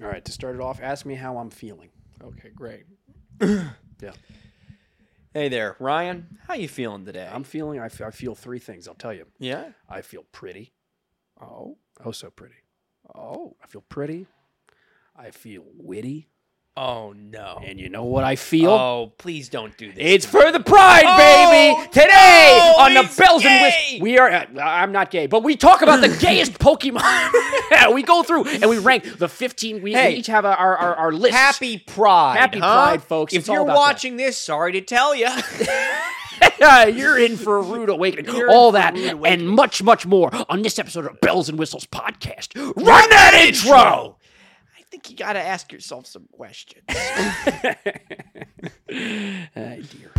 All right, to start it off, ask me how I'm feeling. Okay, great. Yeah. Hey there, Ryan. How you feeling today? I'm feeling, I fe- I feel three things, I'll tell you. yeah. I feel pretty. Oh. Oh, so pretty. Oh. I feel pretty. I feel witty. Oh no. And you know what I feel? Oh, please don't do this. It's to for the pride, Oh, baby! Today no, on the he's Bells and gay! Whistles, we are. At, I'm not gay, but we talk about the gayest Pokemon. we go through and we rank the 15. We, we Hey. each have our our, our list. me. Happy Pride. Happy huh? Pride, folks. If It's all you're about that. watching this, sorry to tell you. you're in for a rude awakening. You're in All for a that rude and awakening. much, much more on this episode of Bells and Whistles podcast. Run that intro. I think you got to ask yourself some questions. Uh, dear.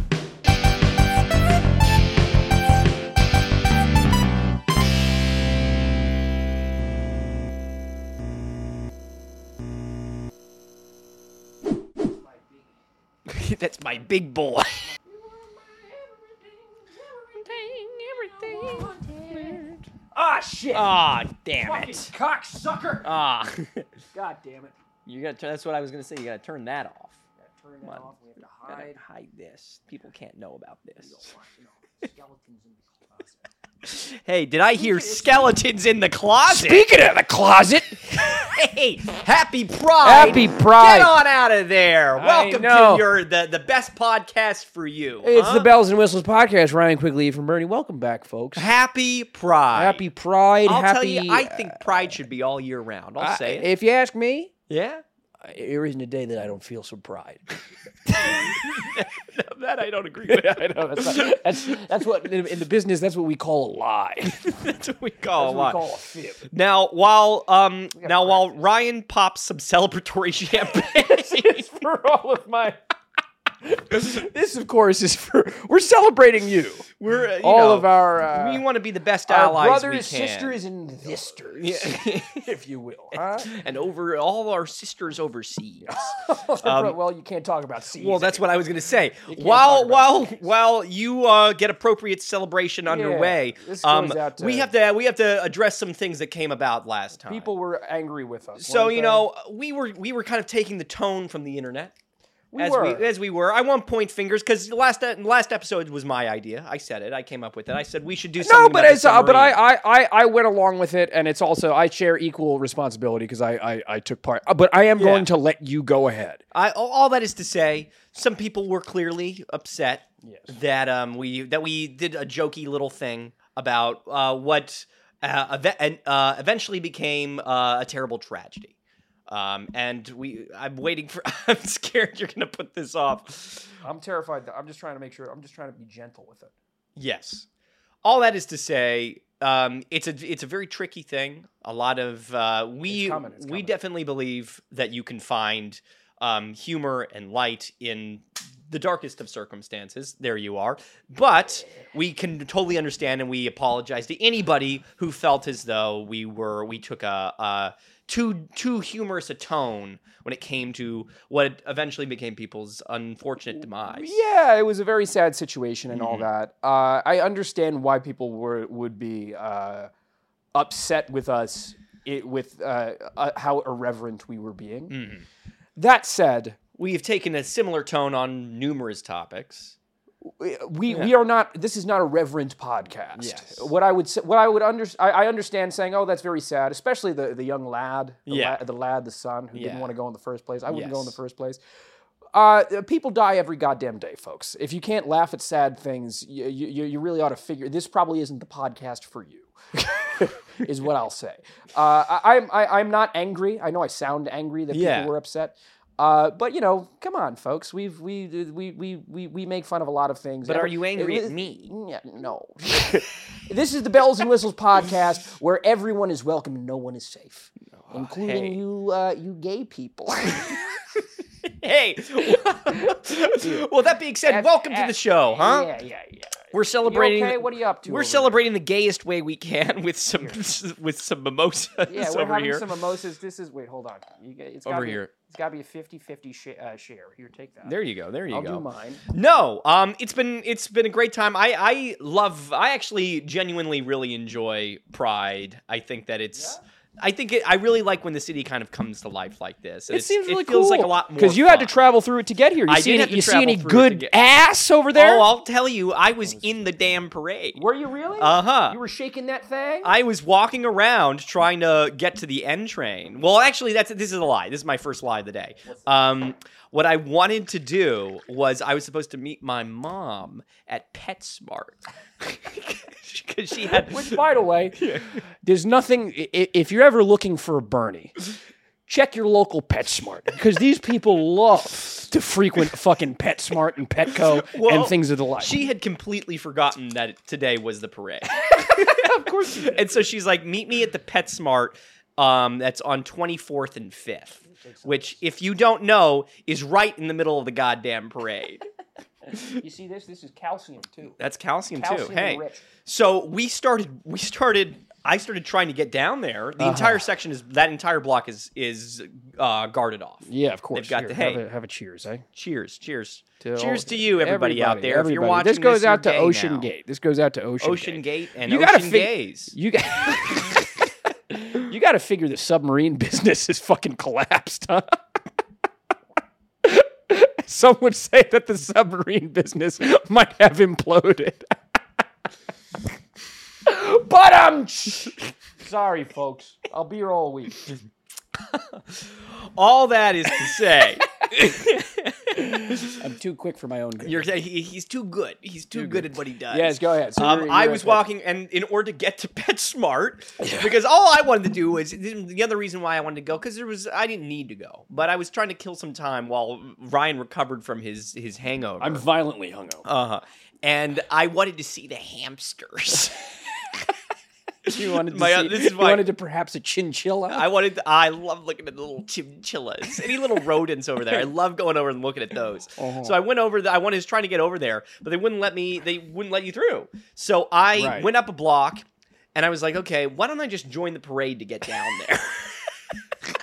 That's my big boy. Ah shit. Ah damn it. Cocksucker. Ah. God damn it. you got to that's what I was going to say. You got to turn that off. Turn Come it on. off. We have to Gotta hide. hide this. People can't know about this. You know, skeletons in the closet. Hey, did I hear skeletons in the closet? Speaking of the closet, Hey, happy pride. Happy Pride. Get on out of there. I Welcome to know. your the, the best podcast for you. it's huh? the Bells and Whistles podcast. Ryan Quigley from Bernie. Welcome back, folks. Happy pride. Happy Pride. I'll happy. uh, tell you, I think pride should be all year round. I'll I- say it. If you ask me, uh, Yeah. there isn't a day that I don't feel some pride. that I don't agree with. I know that's, not, that's that's what in, in the business that's what we call a lie. That's That's what we call what a lot. we call a fib. Now, while um, now while Ryan pops some celebratory champagne, It's for all of my. this, of course, is for we're celebrating you, we're uh, you all know, of our, uh, we want to be the best our allies we brothers, can. sisters, and thisters, if you will. Huh? and over all our sisters overseas. well, you can't talk about seeds. Um, Well, that's what I was going to say. can't While talk about while while you uh, get appropriate celebration underway, this um, goes out to- we have to we have to address some things that came about last time. people were angry with us. uh, so weren't you they? know, we were we were kind of taking the tone from the internet. we as were. we as we were. I won't point fingers because last last episode was my idea. I said it. I came up with it. I said we should do something. no, but about it's the uh, but I, submarine. I I I went along with it, and it's also I share equal responsibility because I, I I took part. Uh, But I am going to let you go ahead. I all- all that is to say, some people were clearly upset Yes. that um we that we did a jokey little thing about uh what uh, eve- and, uh eventually became uh, a terrible tragedy. Um, and we, I'm waiting for. I'm scared you're gonna put this off. I'm terrified. That I'm just trying to make sure. I'm just trying to be gentle with it. Yes. All that is to say, um, it's a it's a very tricky thing. A lot of uh, we It's coming, it's we coming. definitely believe that you can find um, humor and light in the darkest of circumstances. There you are, but we can totally understand and we apologize to anybody who felt as though we were we took a. a too too humorous a tone when it came to what eventually became people's unfortunate demise. Yeah, it was a very sad situation and Mm-hmm. all that. Uh, I understand why people were would be uh, upset with us. It, with uh, uh, how irreverent we were being. Mhm. That said, We have taken a similar tone on numerous topics. we we- we are not this is not a reverent podcast Yes. what i would say what i would under I, I understand saying oh that's very sad especially the the young lad the, Yeah. la- the lad the son who Yeah. didn't want to go in the first place i wouldn't go in the Yes. first place uh, people die every goddamn day, folks. If you can't laugh at sad things, you, you, you really ought to figure this probably isn't the podcast for you, is what I'll say. Uh, I, I'm I, I'm not angry. I know I sound angry that Yeah. people were upset, uh, but you know, come on, folks. We've we we we we, we make fun of a lot of things. But are Every- you angry it- at me? Yeah, no. this is the bells and whistles podcast where everyone is welcome and no one is safe, including Oh, hey. you uh, you gay people. Hey. well, that being said, welcome to the show, huh? Yeah, yeah, yeah. We're You celebrating. okay? What are you up to? We're over celebrating the gayest way we can with some with some mimosas there? Yeah, we're over having here. some mimosas. This is wait, hold on. You, get- it's gotta Over be- here. It's got to be a 50-50 sh- uh, share. Here, take that. There you go. There you I'll go. do mine. No, um, it's been it's been a great time. I I love. I actually genuinely really enjoy Pride. I think that it's I think it, I really like when the city kind of comes to life like this. It It's- seems really it feels cool. like a lot more Because you had to fun. travel through it to get here. You I see any, did have to you see travel any through it to good get- ass over there? Oh, I'll tell you, I was in the damn parade. were you really? Uh huh. You were shaking that thing? I was walking around trying to get to the N train. Well, actually, that's this is a lie. This is my first lie of the day. Um, what I wanted to do was I was supposed to meet my mom at PetSmart because she had Which, by the way, there's nothing. i- i- If you're ever looking for a Bernie, check your local PetSmart because these people love to frequent fucking PetSmart and Petco Well, and things of the like. she had completely forgotten that today was the parade. of course, you and so she's like, "Meet me at the PetSmart. Um, that's on 24th and 5th, which, if you don't know, is right in the middle of the goddamn parade. You see this? This is calcium too. That's calcium, Calcium too. Hey, enriched. so we started. We started. I started trying to get down there. Uh-huh. The entire section is that entire block is is uh, guarded off. Yeah, of course. They've got Here, the- have, hey. a, have a cheers, eh? Cheers, cheers, To cheers all- to you, everybody, out there. if you're everybody. watching, this goes you're out to gay Ocean now. Gate. This goes out to Ocean, Ocean Gate, and You gotta Ocean fig- Gays. You got. you got to figure the submarine business is fucking collapsed, huh? Some would say that the submarine business might have imploded. but um, sorry, folks. I'll be here all week. All that is to say. I'm too quick for my own good. You're, he, he's too good. He's too good at what he does. yes, go ahead. So Um, you're- I you're was right there. walking, and in order to get to PetSmart, because all I wanted to do was the other reason why I wanted to go because there was I didn't need to go, but I was trying to kill some time while Ryan recovered from his his hangover. I'm violently hungover. uh huh, and I wanted to see the hamsters. You wanted to My- see, this is you why- wanted to perhaps a chinchilla. I wanted. To, I love looking at the little chinchillas, any little rodents over there. I love going over and looking at those. Uh-huh. So I went over. The, I wanted was trying to get over there, but they wouldn't let me. They wouldn't let you through. So I Right. went up a block, and I was like, okay, why don't I just join the parade to get down there?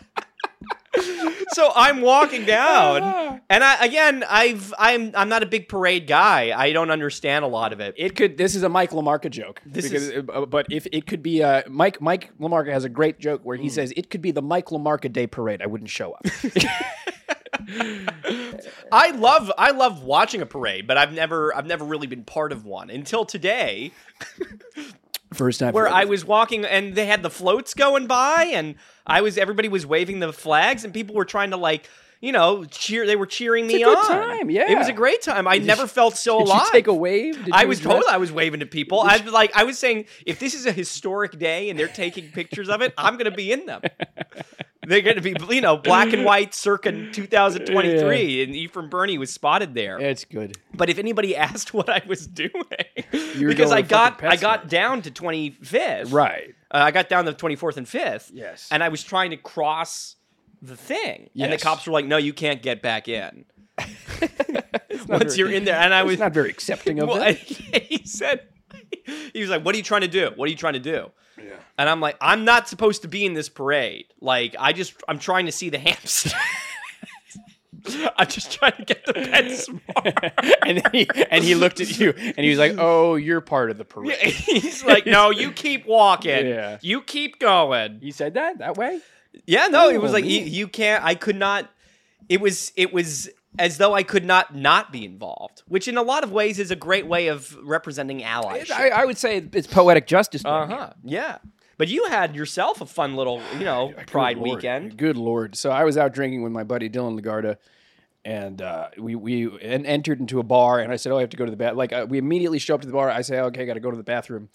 so I'm walking down, and I again, I've I'm I'm not a big parade guy. I don't understand a lot of it. It could. This is a Mike Lamarca joke. This is, but if it could be uh, Mike Mike Lamarca has a great joke where he says it could be the Mike Lamarca Day Parade. I wouldn't show up. I love I love watching a parade, but I've never I've never really been part of one until today. First time. where for I everything. was walking and they had the floats going by and I was everybody was waving the flags and people were trying to like you know cheer they were cheering me a good on. time, yeah. it was a great time. I never felt so Did alive. you take a wave? Did I you was address- told I was waving to people. I was like I was saying if this is a historic day and they're taking pictures of it, I'm gonna be in them. They're gonna be you know black and white circa 2023 and Ephraim Bernie was spotted there It's good. but if anybody asked what I was doing, were because going I to fucking got I PetSmart. got down to 25th, Right. Uh, I got down to 24th and 5th, Yes. and I was trying to cross the thing, and the Yes. cops were like, "No, you can't get back in once you're in there." And I was It's not very accepting of well, that. he said, he was like, "What are you trying to do? What are you trying to do?" Yeah. And I'm like, "I'm not supposed to be in this parade. Like, I just I'm trying to see the hamster." I'm just trying to get the pet smart. and then he and he looked at you and he was like, "Oh, you're part of the parade." He's like, no, you keep walking. Yeah. You keep going. You said that that way. Yeah, no, it was Oh, like you, man. you can't. I could not. It was. It was as though I could not not be involved, which in a lot of ways is a great way of representing allies. I, I would say it's poetic justice. Uh huh. Yeah. But you had yourself a fun little, you know, Pride Good lord. weekend. Good lord! So I was out drinking with my buddy Dylan Lagarda, and uh, we we and entered into a bar, and I said, "Oh, I have to go to the bath." Like uh, we immediately show up to the bar. I say, oh, "Okay, I got to go to the bathroom."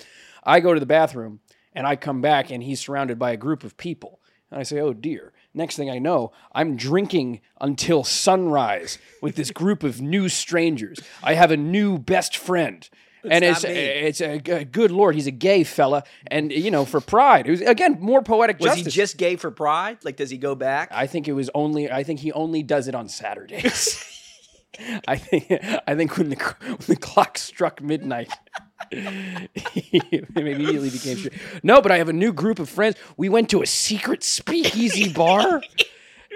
I go to the bathroom, and I come back, and he's surrounded by a group of people, and I say, "Oh dear." Next thing I know, I'm drinking until sunrise with this group of new strangers. I have a new best friend. and it's not me. it's a, g- good lord. He's a gay fella, and you know for pride, it was again more poetic Was justice. he just gay for Pride? Like, does he go back? I think it was only. I think he only does it on Saturdays. I think. I think when the when the clock struck midnight, he immediately became straight. No, but I have a new group of friends. We went to a secret speakeasy bar.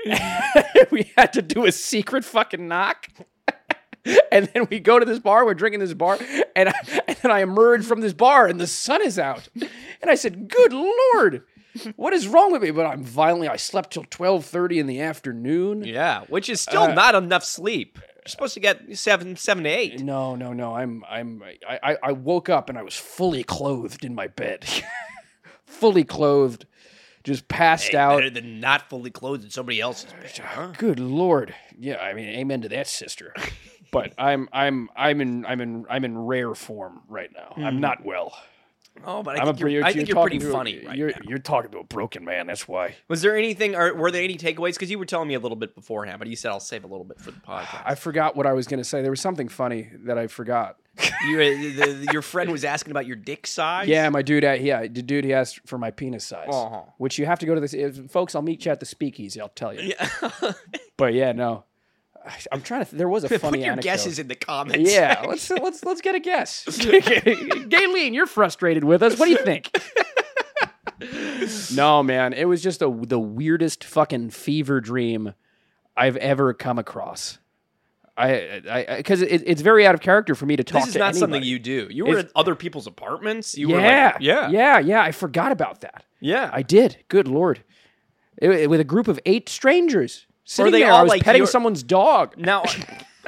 we had to do a secret fucking knock. And then we go to this bar, we're drinking this bar, and, I, and then I emerge from this bar and the sun is out. And I said, Good Lord, what is wrong with me? But I'm violently. I slept till twelve thirty in the afternoon. Yeah, which is still Uh, not enough sleep. You're supposed to get seven, seven to eight. No, no, no. I'm, I'm, I, I- I woke up and I was fully clothed in my bed, fully clothed, just passed Hey, out. Better than not fully clothed in somebody else's bed. huh? Good lord. Yeah, I mean, amen to that, sister. but I'm, I'm, I'm in, I'm in, I'm in rare form right now. I'm not well. Oh, but Mm. I I'm think you're, I think you're talking pretty to a- funny. right you're, now. you're talking to a broken man. That's why. Was there anything, or were there any takeaways? Because you were telling me a little bit beforehand, but you said I'll save a little bit for the podcast. I forgot what I was going to say. There was something funny that I forgot. you, uh, the, the- your friend was asking about your dick size. Yeah, my dude. uh, Yeah, the dude. He asked for my penis size, Uh-huh. which you have to go to this. If, folks, I'll meet you at the speakeasy. I'll tell you. Yeah. But yeah, no. I- I'm trying to. Th- there was a funny Put your anecdote. guesses in the comments. Yeah, let's let's let's get a guess. Gayleen, you're frustrated with us. What do you think? no, man, it was just a, the weirdest fucking fever dream I've ever come across. I, I, because it, it's very out of character for me to talk. This is to not something anybody. you do. You were It's- at other people's apartments. You yeah, were like, yeah, yeah, yeah. I forgot about that. yeah. I did. Good lord, It- it- with a group of eight strangers sitting they there, all I was like petting your- someone's dog. Now,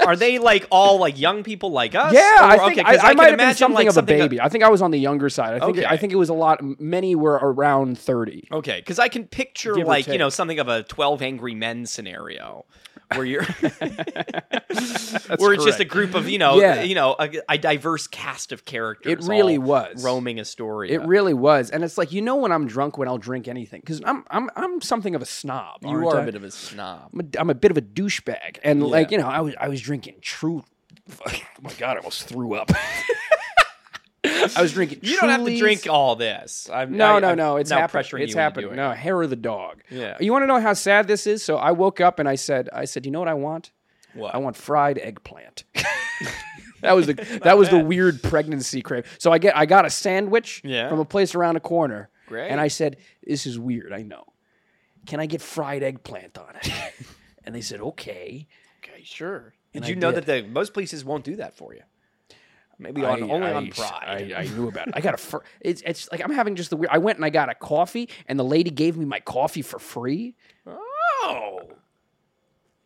are they like all like young people like us? Yeah, Or- I think okay, I, 'cause I, can might have been imagine, something like, of a baby. I think I was on the younger side. I think Okay. I think it was a lot. Many were around thirty. okay, because I can picture Give or like you take. know something of a Twelve Angry Men scenario. Where you're, where it's just a group of you know, Yeah. you know, a, a diverse cast of characters. It really all was. roaming Astoria. It really was, and it's like you know when I'm drunk when I'll drink anything because I'm I'm I'm something of a snob. you aren't are I? a bit of a snob. I'm a, I'm a bit of a douchebag, and like you know I was I was drinking true. oh my god, I almost threw up. I was drinking. You don't have to Trulies. drink all this. I'm, No, I, no, I'm no. It's now happening. pressuring It's you into happening. doing it. No, hair of the dog. Yeah. You want to know how sad this is? So I woke up and I said, I said, you know what I want? What? I want fried eggplant. that was the that was the weird pregnancy crave. So I get I got a sandwich Yeah. from a place around a corner. Great. And I said, this is weird. I know. Can I get fried eggplant on it? and they said, okay. Okay, sure. Did And you I know that the most places won't do that for you? Maybe on, only on Pride. I, I knew about it. I got a. Fr- it's, it's like I'm having just the weird. I went and I got a coffee, and the lady gave me my coffee for free. oh.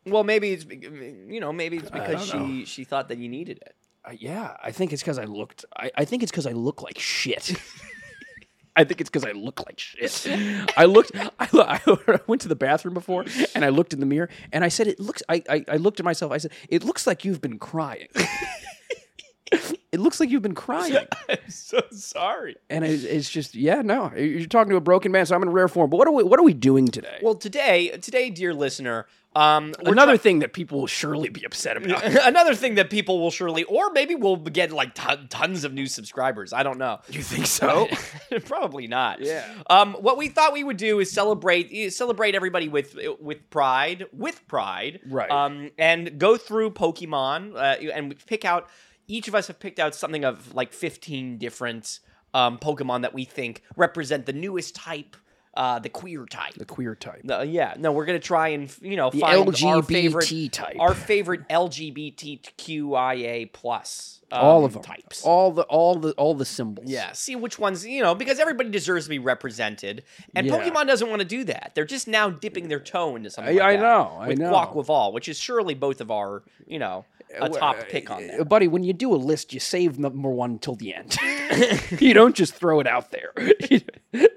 Well, maybe it's be- you know maybe it's because she don't she thought that you needed it. Uh, yeah, I think it's because I looked. I, I think it's because I look like shit. I think it's because I look like shit. I looked. I, lo- I went to the bathroom before, and I looked in the mirror, and I said, "It looks." I, I, I looked at myself. I said, "It looks like you've been crying." it looks like you've been crying, I'm so sorry. and it, it's just yeah. No, you're talking to a broken man, so I'm in rare form. But what are we? What are we doing today? Well, today, today, dear listener, um, we're Another thing that people will surely be upset about. try- another thing that people will surely, or maybe we'll get like ton, tons of new subscribers. I don't know. You think so? Probably not. Yeah. Um, what we thought we would do is celebrate eh, celebrate everybody with with pride, with pride. Right. Um, and go through Pokemon uh, and pick out. Each of us have picked out something of like fifteen different um, Pokemon that we think represent the newest type, uh, the queer type. the queer type. No, yeah, no, we're gonna try and f- you know find our favorite LGBT type. our favorite LGBTQIA plus um, all of them. types. All the all the all the symbols. Yeah, see which ones, you know, because everybody deserves to be represented, and Yeah. Pokemon doesn't want to do that. They're just now dipping their toe into something. I- like I that know, I with know. Guacaval, which is surely both of our, you know, a top pick on Uh, that. Buddy, when you do a list, you save number one till the end. you don't just throw it out there.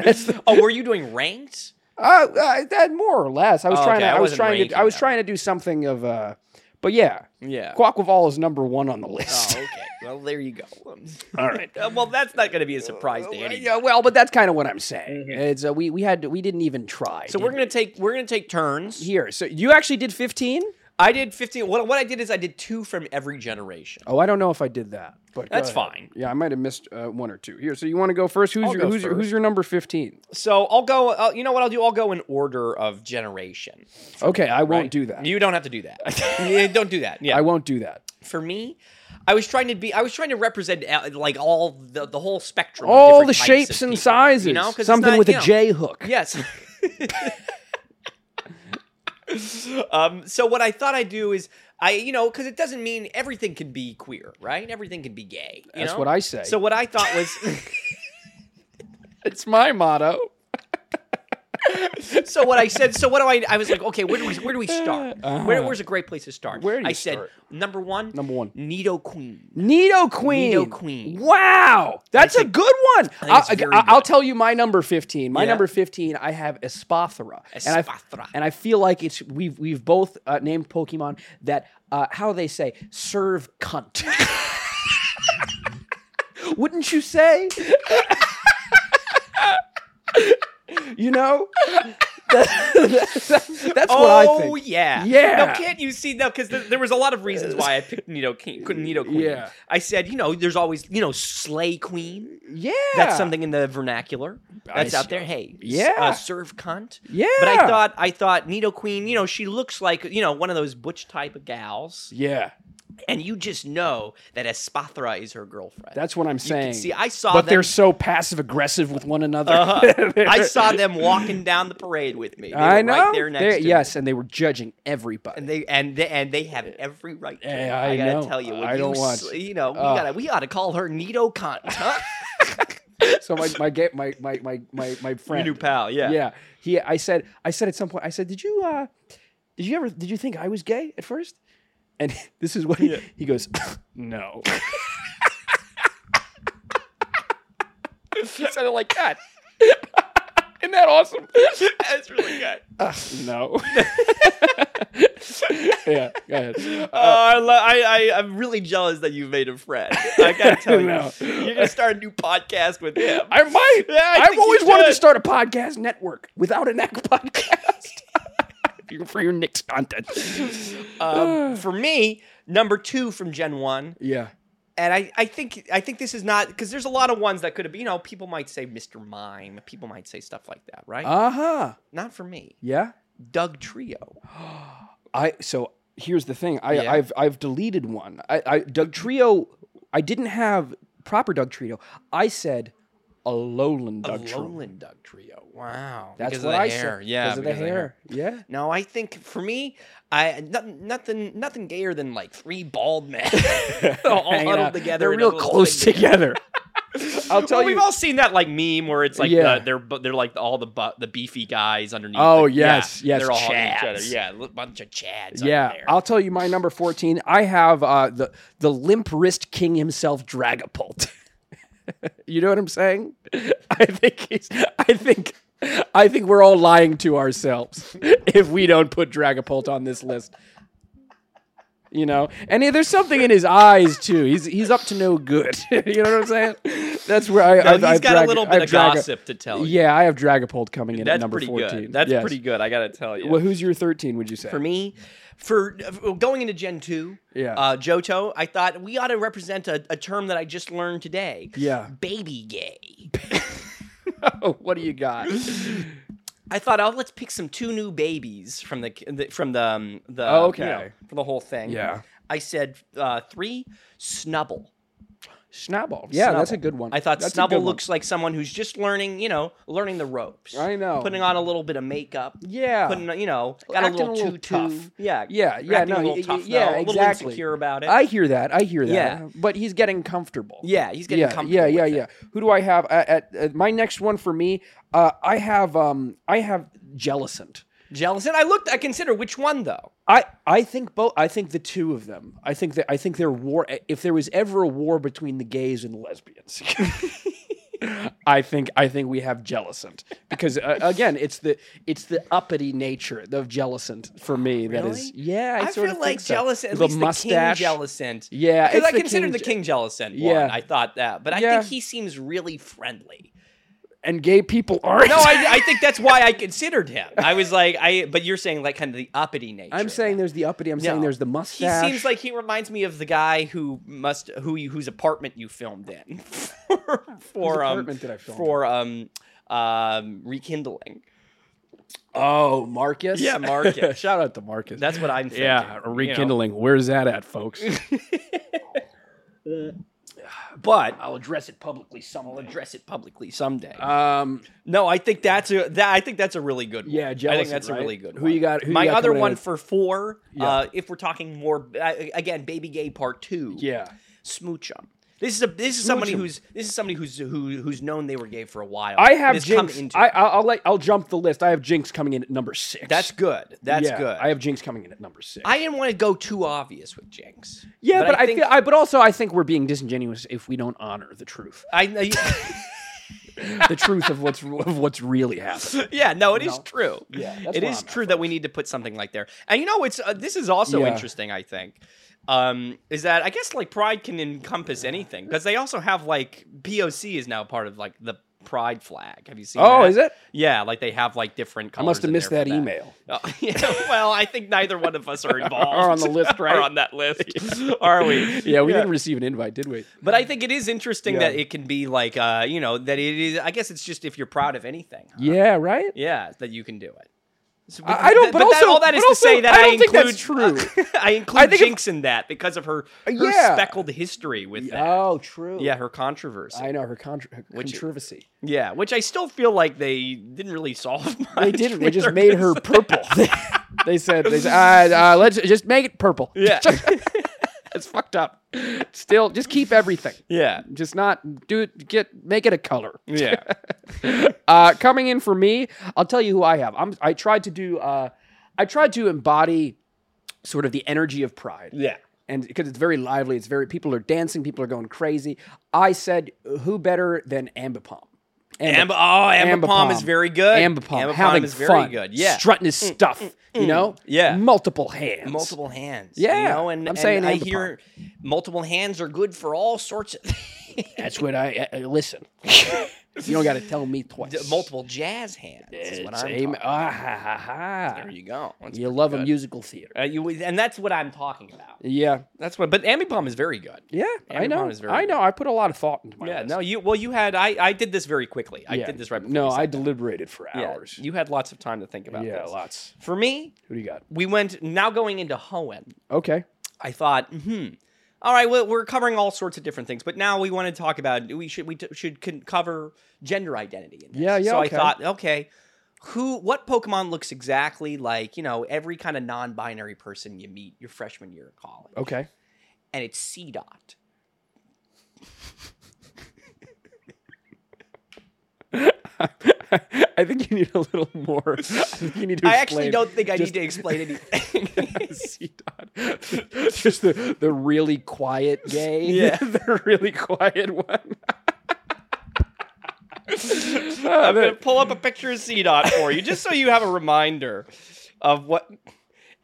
That's the, Oh, were you doing ranked? uh, uh, that more or less. I was Oh, trying okay, to. I I, was wasn't trying to. ranking I was them. trying to do something of. Uh, but yeah, Yeah. Quackwaval is number one on the list. Oh, okay. Well, there you go. Um, All right. uh, well, that's not going to be a surprise to anybody. Yeah, well, but that's kind of what I'm saying. It's uh, we we had we didn't even try. So did we're we? gonna take we're gonna take turns. here. So you actually did 15? I did 15. What, what I did is I did two from every generation. Oh, I don't know if I did that, but go That's ahead. fine. Yeah, I might have missed uh, one or two here. So you want to go first? Who's your go who's, your who's your number 15? So I'll go, uh, you know what I'll do? I'll go in order of generation. Okay, I won't do that. You don't have to do that. Yeah, don't do that. Yeah. I won't do that. For me, I was trying to be, I was trying to represent uh, like all the, the whole spectrum. of All different the types shapes of and people, sizes. You know, 'Cause it's Something not, with you a know- J hook. Yes. um, so what I thought I'd do is I, you know, because it doesn't mean everything can be queer, right? Everything can be gay. you That's know? what I say. So what I thought was. It's my motto. so what I said, so what do I? I was like, okay, where do we where do we start? Where, Uh-huh. where's a great place to start? Where do you I said start? number one, Number one. Nido Queen. Nido Queen. Nido Queen. Wow, that's a good one. think it's I'll, very I'll- I'll good. tell you my number fifteen. My Yeah. number fifteen, I have Espathra, and I Espathra. and I feel like it's we've we've both uh, named Pokemon that uh, how they say serve cunt. Wouldn't you say? you know, that's what I oh think. yeah, Yeah. No, can't you see? No, because there was a lot of reasons why I picked Nido King, Nido Queen. Yeah. I said, you know, there's always, you know, Slay Queen. Yeah, That's something in the vernacular that's I out there. Hey, s- Yeah. uh, serve cunt. Yeah, But I thought, I thought Nido Queen. You know, she looks like you know one of those butch type of gals, Yeah, and you just know that Espathra is her girlfriend. that's what I'm you saying. Can see, I saw but them. they're so passive aggressive with one another. uh, I saw them walking down the parade with me. They I were know. Right there next They- to me. yes, and they were judging everybody. And they and they and they have every right. To. Yeah, I, I gotta know. tell you, when I you, don't s- want- You know, we Ugh. gotta we ought to call her Nito Kant, huh? so my my ga- my my my my, my Your friend. new pal, yeah. yeah, he. I said. I said at some point. I said, "Did you? uh Did you ever? Did you think I was gay at first? And this is what he, he goes. no. he said it like that. Isn't that awesome? that's really good. Uh, no. yeah. Go ahead. Oh, I, lo- I, I I'm really jealous that you made a friend. I gotta tell you, No. you're gonna start a new podcast with him. I might. Yeah, I think I've you always wanted to should. start a podcast network without an act podcast for your- for your Nick's content. Um, for me, number two from Gen One, Yeah. and I, I think I think this is not because there's a lot of ones that could have been. You know, people might say Mr. Mime, people might say stuff like that, right? Uh huh. not for me. Yeah. Doug Trio. I so here's the thing. I Yeah. I've I've deleted one. I, I Doug Trio. I didn't have proper Doug Trio. I said a lowland Doug Trio. Lowland Doug Trio. Wow. That's Because of what the I hair. said. Yeah. Because of the hair. Yeah. No, I think for me, I nothing, nothing, nothing gayer than like three bald men all Hanging huddled out. together. They're in a real little close thing together. I'll tell Well, you. we've all seen that like meme where it's like Yeah. the, they're bu- they're like all the bu- the beefy guys underneath. Oh, the- yeah, yes, yes, they're all hugging each other. chads. Yeah, a bunch of chads. Yeah, under there. I'll tell you my number 14. I have uh, the the limp wrist king himself, Dragapult. you know what I'm saying? I think he's, I think I think we're all lying to ourselves if we don't put Dragapult on this list. You know, and there's something in his eyes too. He's he's up to no good. you know what I'm saying? That's where I. No, I he's I've got Draga- a little bit I've of Draga- gossip to tell you. Yeah, I have Dragapult coming in at That's number pretty 14. good. That's Yes. pretty good. I gotta tell you. Well, who's your 13? Would you say? for me, for uh, going into Gen two, Yeah. uh, Johto, I thought we ought to represent a, a term that I just learned today. Yeah. baby gay. Oh, what do you got? I thought, oh, let's pick some two new babies from the the- from the um, the Oh, okay. you know, from the whole thing. Yeah. I said uh, three snubble. Snubble. Yeah, that's Snubble. a good one. I thought That's a Snubble good one. looks like someone who's just learning, you know, learning the ropes. I know. Putting on a little bit of makeup. Yeah. Putting, on- you know, got a Acting little, a little tutu. tough. Yeah. Yeah, yeah, acting no, a little y- tough. y- yeah, though, a little exactly. insecure about it. I hear that. I hear that. Yeah. But he's getting comfortable. yeah, he's getting yeah, comfortable. Yeah, with yeah, it. yeah. Who do I have at, at, at my next one for me? Uh, I have um, I have Jellicent. Jealous. And I looked. I consider which one though. I, I think both. I think the two of them. I think that I think their war. If there was ever a war between the gays and lesbians, I think I think we have Jellicent because uh, again, it's the it's the uppity nature of Jellicent for me that is. Really? Yeah, I, I, sort of feel like think so. jealous. At the least mustache. the King Jellicent. Yeah, because it's I the considered King the Je- King Jellicent one. Yeah. I thought that, but I Yeah. think he seems really friendly. and gay people aren't. No, I, I think that's why I considered him. I was like, I. But you're saying like kind of the uppity nature. I'm of saying that. there's the uppity. I'm saying No. there's the He mustache. seems like he reminds me of the guy who must who you, whose apartment you filmed in for for um apartment did I film for um um rekindling. oh, Marcus. Yeah, Marcus. Shout out to Marcus. That's what I'm thinking. yeah, you know? rekindling. Where's that at, folks? But I'll address it publicly I'll someday. address it publicly someday. Um, no, I think that's a that I think that's a really good one. Yeah, I think Jellison, that's right? a really good Who one. you got- who you My got other coming in one at- for four, Yeah. uh, if we're talking more uh, again, baby gay part two. yeah. Smoochum. This is a this is somebody Huge. who's this is somebody who's who who's known they were gay for a while. I and have has come Jinx. into it. I, I'll, I'll let, I'll jump the list. I have Jinx coming in at number six. That's good. That's Yeah, good. I I, have Jinx coming in at number six. didn't want to go too obvious with Jinx. yeah, but, I, think feel. I, but also, I think we're being disingenuous if we don't honor the truth, I, the truth of what's of what's really happening. yeah, no, it is No. true. Yeah, that's it where is I'm at, true that we need to put something like there. And you know, it's uh, this is also Yeah. interesting. I think um, is that I guess like pride can encompass anything because they also have like POC is now part of like the pride flag. Have you seen? Oh, that? is it? Yeah, like they have like different. I Colors must have in missed there that, for email. Oh, yeah, well, I think neither one of us are involved. Are on the list, right? Are on that list, are we? Yeah, we didn't receive an invite, did we? But I think it is interesting Yeah. that it can be like, uh, you know, that it is. I guess it's just if you're proud of anything. huh? Yeah, right. Yeah, that you can do it. So- I- I don't- but that, also- all that but is also, to say that I I, don't think include that's I include I think if- Uh, Jinx in that because of her, her Yeah. speckled history with that. Oh, true. Yeah, her controversy. I know her, contra- her Which- controversy. yeah, which I still feel like they didn't really solve. Much They didn't. They just They're made her purple. they said, they said "Ah, uh, uh, "Let's just make it purple." Yeah, it's fucked up. Still, just keep everything. yeah, Just not do it. Get make it a color. yeah. Uh, coming in for me, I'll tell you who I have. I'm. I tried to do. Uh, I tried to embody sort of the energy of pride. Yeah. and because it's very lively, it's very people are dancing, people are going crazy. I said, who better than Ambipom? Amber, oh, Amber, Palm is very good. Ambipom, Amber having Palm is very fun, good. Yeah. Mm, strutting his stuff, you know, yeah. multiple hands, multiple hands. Yeah, You know, and I'm and saying I Amber hear multiple hands are good for all sorts of That's what I uh, listen. you don't got to tell me twice. multiple jazz hands. Is what It's I'm aim- talking. ah, ha, ha, ha. There you go. That's You pretty love a good. musical theater. Uh, you, and that's what I'm talking about. Yeah, That's what. But Ambipom is very good. yeah, I Ambipom know. is very I know. I put a lot of thought into my. Yeah. list. No. You. Well, you had. I. I did this very quickly. I Yeah. did this right. Before No, you I said deliberated for that. Yeah, hours. You had lots of time to think about yeah this. lots. For me, Who do you got? we went now going into Hoenn. Okay. I thought, hmm. All right, well, we're covering all sorts of different things, but now we want to talk about we should we t- should con- cover gender identity. In this. Yeah, yeah, So okay. I thought, okay, who what Pokemon looks exactly like you know every kind of non-binary person you meet your freshman year of college, Okay. and it's C dot. I think you need a little more. I think you need to. I actually explain don't think I just- need to explain anything. C-Dot. Just the, the really quiet gay. Yeah. the really quiet one. Uh, I'm gonna pull up a picture of C dot for you, just so you have a reminder of what,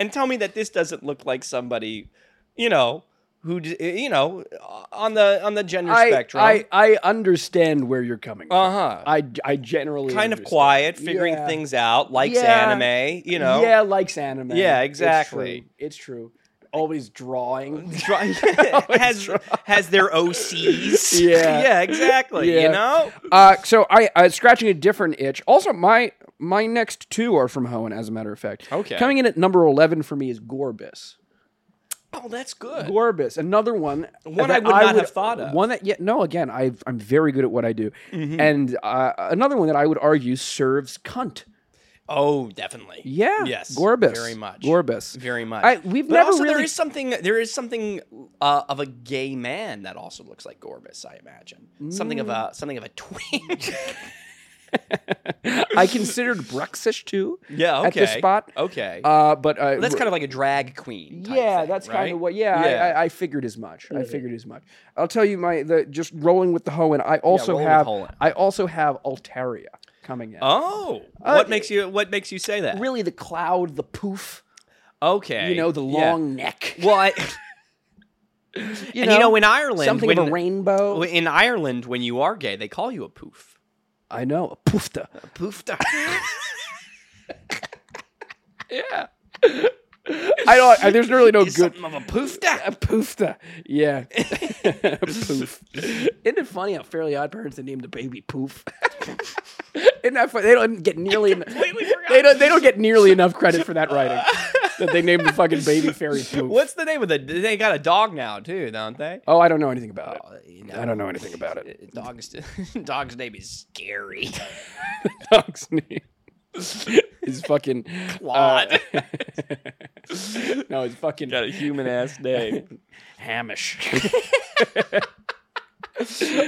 and tell me that this doesn't look like somebody, you know, who d- you know, on the on the gender I, spectrum. I, I understand where you're coming from. uh huh. I, I generally. Kind of understand. quiet, figuring Yeah. things out, likes Yeah. anime, you know. Yeah, likes anime. Yeah, It's exactly. true. It's true. Always drawing. Dry- has has their OCs. Yeah. yeah, exactly. Yeah. You know, Uh, so I uh, scratching a different itch. Also, my my next two are from Hoenn, as a matter of fact. Okay. Coming in at number eleven for me is Gorbis. oh, that's good. Gorbis, another one. One that I would not have thought of. Mm-hmm. One that, yeah, no. Again, I I'm very good at what I do, and uh, another one that I would argue serves cunt. Oh, definitely. Yeah. Yes. Gorbis. Very much. Gorbis. Very much. I- we've but never also there really- is something there is something uh, of a gay man that also looks like Gorbis. I imagine something of Mm. a something of a twink. I considered Bruxish too. yeah. Okay. At this spot. Okay. Uh, but uh, that's kind of like a drag queen. type yeah, thing, that's right? kind of what. Yeah, Yeah. Mm-hmm. I, I, I figured as much. I figured as much. I'll tell you my the just rolling with the Hoenn. I also rolling with have Hoenn. I also have Altaria coming in. Oh, what makes you what makes you say that? Uh, Really, the cloud, the poof, Okay. you know, the yeah. long neck. Well, I, You and you know, in Ireland, something when, of a rainbow. in Ireland, when you are gay, they call you a poof. I know, a poofta. Poofta. I don't. I, there's really no Is good. something of a poofta. A poofta. Yeah. poof. Isn't it funny how Fairly Odd Parents they named the baby Poof? Isn't that funny? They don't get nearly. en- completely forgot. They don't. They don't get nearly enough credit for that writing. that they named the fucking baby fairy Poof. What's the name of the? They got a dog now too, don't they? Oh, I don't know anything about Uh, it. you I don't know anything about it. Uh, Dog's dog's name is Scary. Dog's name is fucking. uh, Claude. no, it's fucking human ass name. Hamish.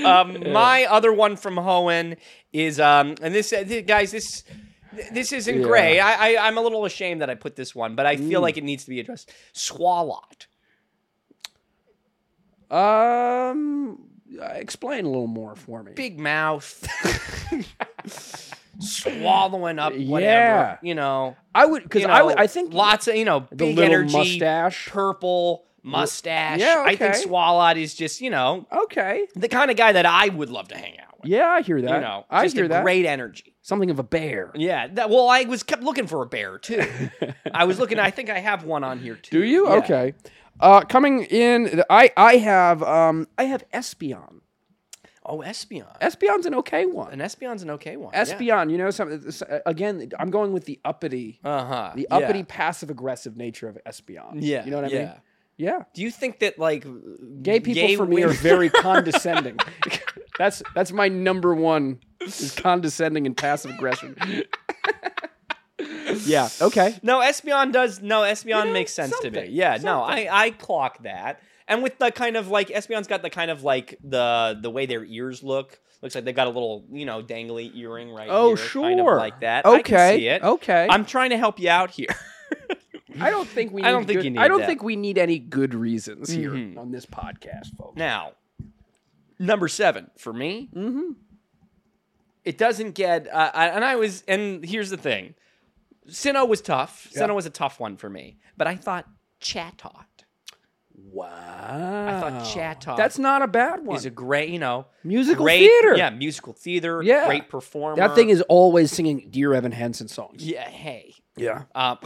Um, my other one from Hoenn is, um, and this, uh, th- guys, this this isn't great. I, I I'm a little ashamed that I put this one, but I Mm. feel like it needs to be addressed. Swalot. Um, uh, explain a little more for me. big mouth, swallowing up whatever. Yeah. You know, I would because you I would, know, I think lots of you know the big little energy, mustache. purple mustache. Yeah, I think okay. Swallot is just you know Okay. the kind of guy that I would love to hang out with. Yeah, I hear that. You know, I just hear a that. great energy. Something of a bear. Yeah. That, well, I was kept looking for a bear too. I was looking. I think I have one on here too. Do you? Yeah. Okay. Uh, coming in, I I have um I have Espion. Oh, Espion. Espion's an okay one. An Espion's an okay one. Espion, you know something. Again, I'm going with the uppity, Uh huh. the uppity passive aggressive nature of Espion. Yeah. you know what I mean. yeah. Yeah, Do you think that like gay people for me are women- very condescending. That's that's my number one is condescending and passive aggression. yeah. Okay. No, Espeon does. No, Espeon know, makes sense to me. something, Yeah, no, I something. I clock that. And with the kind of like Espeon's got the kind of like the the way their ears look. Looks like they've got a little you know dangly earring right Oh, here, kind of sure. like that. I Okay. can see it. Okay. I'm trying to help you out here. I don't think we. Need I don't think good- you need I don't that. think we need any good reasons here Mhm. on this podcast, folks. now, number seven for me. Mm-hmm. It doesn't get. Uh, I, and I was. And here's the thing. Sinnoh was tough. Yeah. Sinnoh was a tough one for me. But I thought Chatot. Wow. I I thought Chatot. That's not a bad one. is a great. You know. musical great theater. Yeah, musical theater. Yeah. great performer. That thing is always singing Dear Evan Hansen songs. Yeah, hey. Yeah. Um,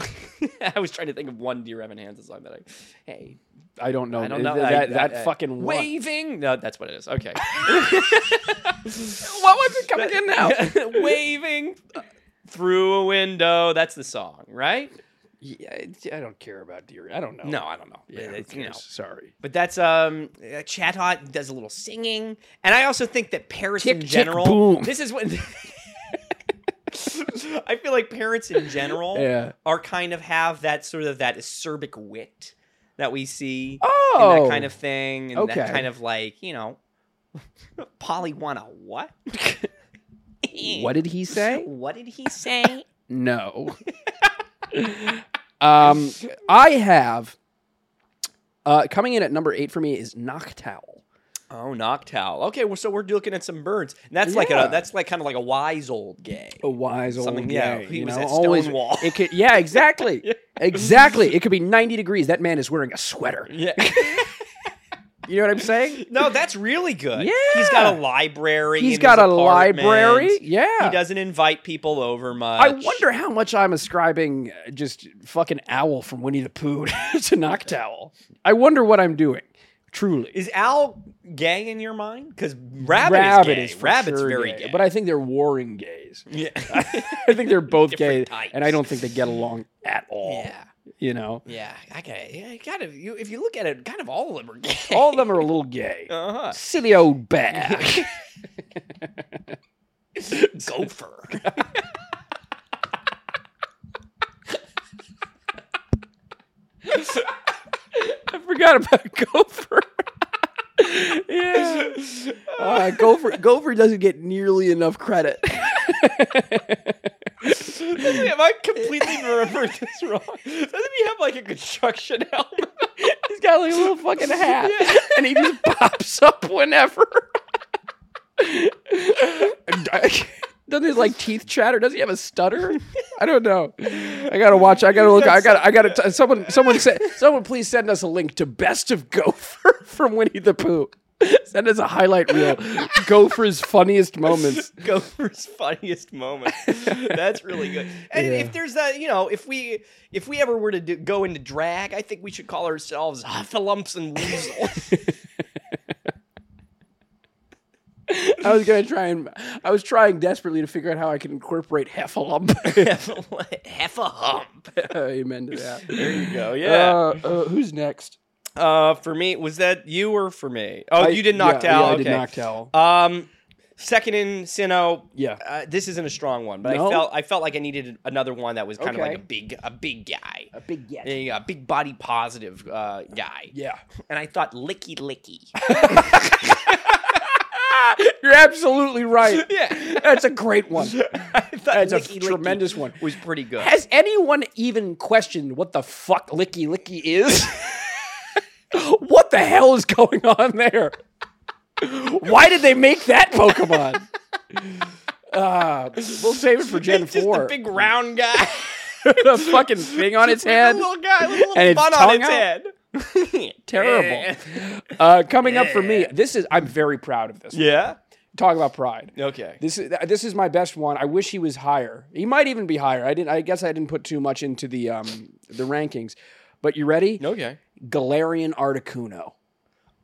I was trying to think of one Dear Evan Hansen song that I. Hey, I don't know. I don't know That, I- that, I- that I- fucking one. waving. No, that's what it is. Okay, What was it coming in now? waving through a window. That's the song, right? Yeah, I- I don't care about Dear. I don't know. No, I don't know. Yeah, who It's, you know. cares? Sorry. But that's um, uh, Chat Hot does a little singing, and I also think that parents Tick, in tick, general. boom. This is when. I feel like parents Oh. in general Yeah. are kind of have that sort of that acerbic wit that we see and Oh. that kind of thing and that Okay. kind of like you know polly wanna what What did he say? what did he say No. um, I have. Uh, coming in at number eight for me is Noctowl. oh noctowl okay well so we're looking at some birds and that's like a Yeah. Oh, that's like kind of like a wise old gay A wise old Something, guy. yeah, he you was know, at always Stonewall. It could, yeah, exactly, exactly. It could be ninety degrees. That man is wearing a sweater. yeah You know what I'm saying? no that's really good he's got a library He's in got his a library. apartment. Yeah. he doesn't invite people over much I wonder how much I'm ascribing uh, just fucking owl from Winnie the Pooh to Noctowl. I wonder what I'm doing. Truly. is Al gay in your mind? Because rabbit, is gay. for Rabbit's sure very gay. But I think they're warring gays. yeah. I think they're both gay, Different types. and I don't think they get along at all. Yeah, You know, yeah. I got it. Kind of. You, if you look at it, kind of all of them are gay. all of them are a little gay. Uh-huh. Silly old bag. Gopher. I forgot about Gopher. yeah, uh, Gopher. Gopher doesn't get nearly enough credit. Have I completely remembered this wrong? Doesn't he have like a construction helmet? He's got like a little fucking hat, and he just pops up whenever. Doesn't his like teeth chatter? Does he have a stutter? I don't know. I gotta watch. I gotta look. I gotta. I gotta. T- someone. Someone say. Someone please send us a link to Best of Gopher from Winnie the Pooh. Send us a highlight reel. Gopher's funniest moments. Gopher's funniest moment. That's really good. And Yeah. if there's a, you know, if we if we ever were to do, go into drag, I think we should call ourselves Huffalumps and Weasels. I was gonna try and. I was trying desperately to figure out how I could incorporate Heffalump. Heffalump. Amen to that. There you go. Uh, uh, who's next? Uh, for me, was that you or for me? Oh, I- you did yeah, Noctowl. yeah, I okay. did Noctowl. Um, second in Sinnoh. Yeah. Uh, this isn't a strong one, but I No? felt I felt like I needed another one that was kind of like Okay. a big a big guy, A big yes. a, a big body positive uh, guy. Yeah. And I thought Licky Licky. You're absolutely right. yeah. That's a great one. I thought That's a licky licky tremendous one. Was pretty good. Has anyone even questioned what the fuck Licky Licky is? what the hell is going on there? Why did they make that Pokemon? Uh, we'll save it for Gen It's just Four. the big round guy. the fucking thing on its With a head. little guy, with a little and its bun on tongue its out. head. Terrible. Uh, coming up for me, this is I'm very proud of this. Yeah. Talk about pride. Okay. This is this is my best one. I wish he was higher. He might even be higher. I didn't. I guess I didn't put too much into the um the rankings. But you ready? Okay. Galarian Articuno.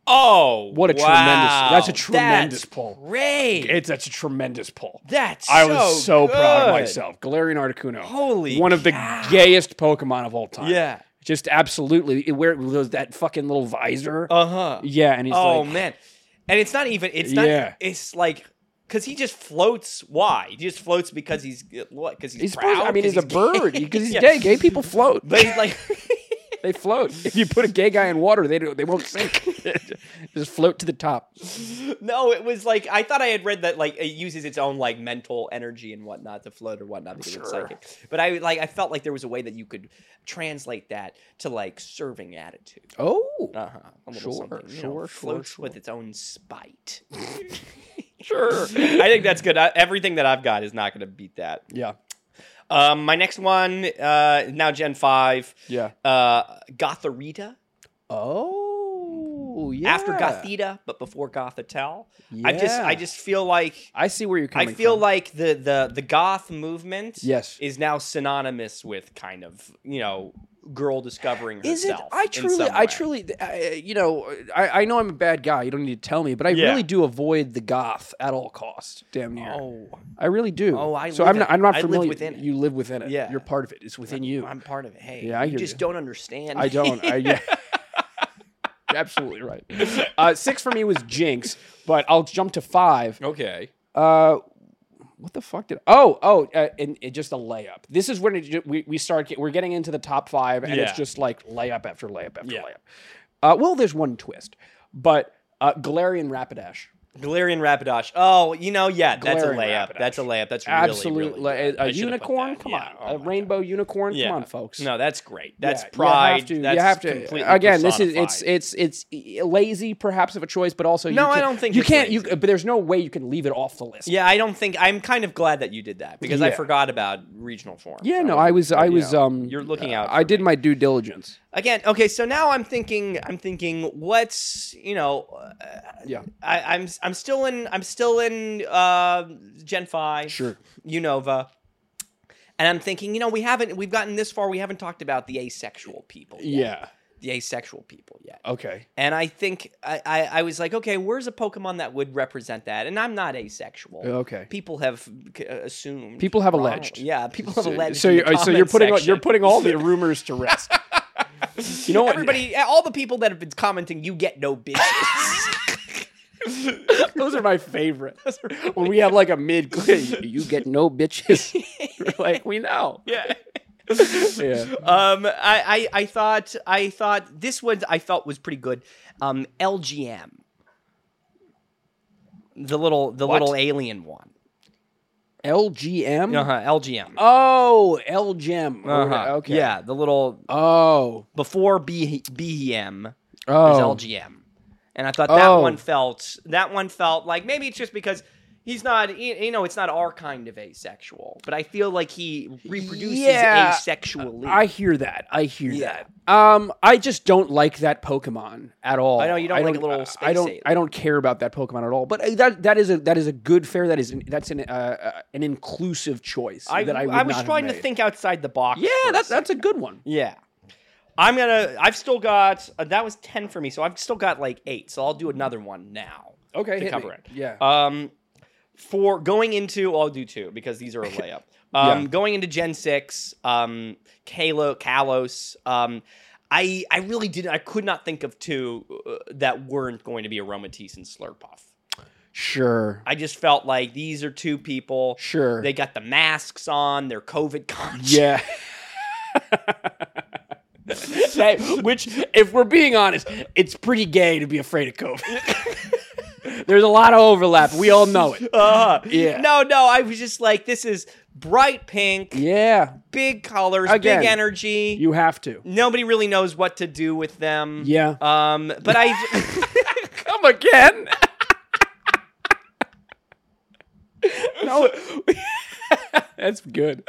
Oh, What a wow. tremendous! That's a tremendous That's pull. Great. It's that's a tremendous pull. that's I was so proud of good. myself. Galarian Articuno. Holy One of the gayest Pokemon of all time. Yeah. Just absolutely. It, where it was that fucking little visor. Uh huh. yeah, and he's Oh like, man, and it's not even. It's not. Yeah. It's like because he just floats. Why? He just floats because he's what? Because he's, he's proud. supposed, I mean, 'Cause he's, a bird gay? because he's Yeah. gay. Gay people float. But he's like, They float. If you put a gay guy in water, they do, they won't sink. Just float to the top. no, it was like I thought I had read that like it uses its own like mental energy and whatnot to float or whatnot because it's Sure. psychic. But I like I felt like there was a way that you could translate that to like serving attitude. Oh, Uh huh. Sure, sure, sure, Floats sure. with its own spite. sure. I think that's good. I, everything that I've got is not going to beat that. Yeah, Um, my next one, uh, now Gen 5, yeah. uh, Gotharita. Oh, yeah. After Gothita, but before Gothitelle. I just, I Yeah. just feel like, I see where you're I coming. feel from. like the, the, the goth movement Yes. is now synonymous with kind of, you know, girl discovering herself. Is it? I in truly, some I way. truly, I, uh, you know, I, I know I'm a bad guy. You don't need to tell me, but I Yeah. really do avoid the goth at all cost. Damn near, Oh, I really do. Oh, I so live I'm not, it. I'm not I live familiar. within it. You live within it. Yeah. you're part of it. It's within you. I'm part of it. Hey, Yeah, I you hear just you. don't understand. I don't. I, yeah. You're absolutely right. Uh, six for me was Jinx, but I'll jump to five. okay. Uh, what the fuck did? Oh, oh, uh, and, and just a layup. This is when it, ju- we we start. Get, we're getting into the top five, and Yeah. it's just like layup after layup after Yeah. layup. Uh, well, there's one twist, but uh, Galarian Rapidash, Galarian Rapidash. Oh, you know, yeah, that's a Galarian layup. Rapidash. That's a layup. That's really, absolutely really good. a, I should've put unicorn. that. Come Yeah. on, Oh a my rainbow unicorn. Yeah. Come on, folks. No, that's great. That's Yeah, pride. You have to. That's you have to- uh, completely again, this is it's personified. it's it's e- lazy, perhaps of a choice, but also you No, I can't- don't think you it's can't. You lazy. but there's no way you can leave it off the list. Yeah, I don't think I'm kind of glad that you did that because I Yeah. forgot about regional form. Yeah, no, I was, I you was, know, um, you're looking out I for did me. my due diligence. again. Okay, so now I'm thinking. I'm thinking. What's you know? Uh, Yeah, I, I'm I'm still in. I'm still in uh, Gen Five. sure. Unova. And I'm thinking, you know, we haven't, we've gotten this far. We haven't talked about the asexual people. Yet, Yeah. The asexual people yet. Okay. And I think I, I, I was like, okay, where's a Pokemon that would represent that? And I'm not asexual. Uh, Okay. People have c- uh, assumed. People have wrong- alleged. Yeah, people have So, alleged. so in the you're, so comment you're putting all, section. you're putting all the rumors to rest. you know what? everybody, all the people that have been commenting, you get no bitches. Those are my favorite. when we have like a mid, you get no bitches. We're like we know. yeah. Yeah. Um, I, I, I thought, I thought this one I felt was pretty good. Um, LGM, the little, the What? little alien one. LGM. Uh huh. LGM. Oh, LGM. Uh-huh. Okay. Yeah, the little Oh. before B- E BEM. is Oh. LGM. And I thought that Oh. one felt that one felt like maybe it's just because he's not y- you know it's not our kind of asexual, but I feel like he reproduces Yeah. asexually. I hear that. I hear Yeah. that. Um, I just don't like that Pokemon at all. I know, you don't like little I- I space don't. alien. I don't care about that Pokemon at all. But uh, that that is a that is a good fair. That is an, that's an uh, uh, an inclusive choice I, that I, would I was not have trying to made. think outside the box. Yeah, for a that, second. that's a good one. yeah. I'm gonna. I've still got uh, that was ten for me, so I've still got like eight. So I'll do another one now. Okay, To hit cover me. it. Yeah. Um, for going into, I'll do two because these are a layup. Um, going into Gen six, um, Kalo, Kalos. Um, I I really did. I could not think of two uh, that weren't going to be Aromatisse and Slurpuff. sure. I just felt like these are two people. Sure. They got the masks on. They're COVID conscious. Yeah. That- which, if we're being honest, it's pretty gay to be afraid of COVID. There's a lot of overlap. We all know it. Uh, Yeah. No, no. I was just like, this is bright pink, Yeah, big colors, Again, big energy. you have to. Nobody really knows what to do with them. Yeah. Um. But I. Come again? no. That's good.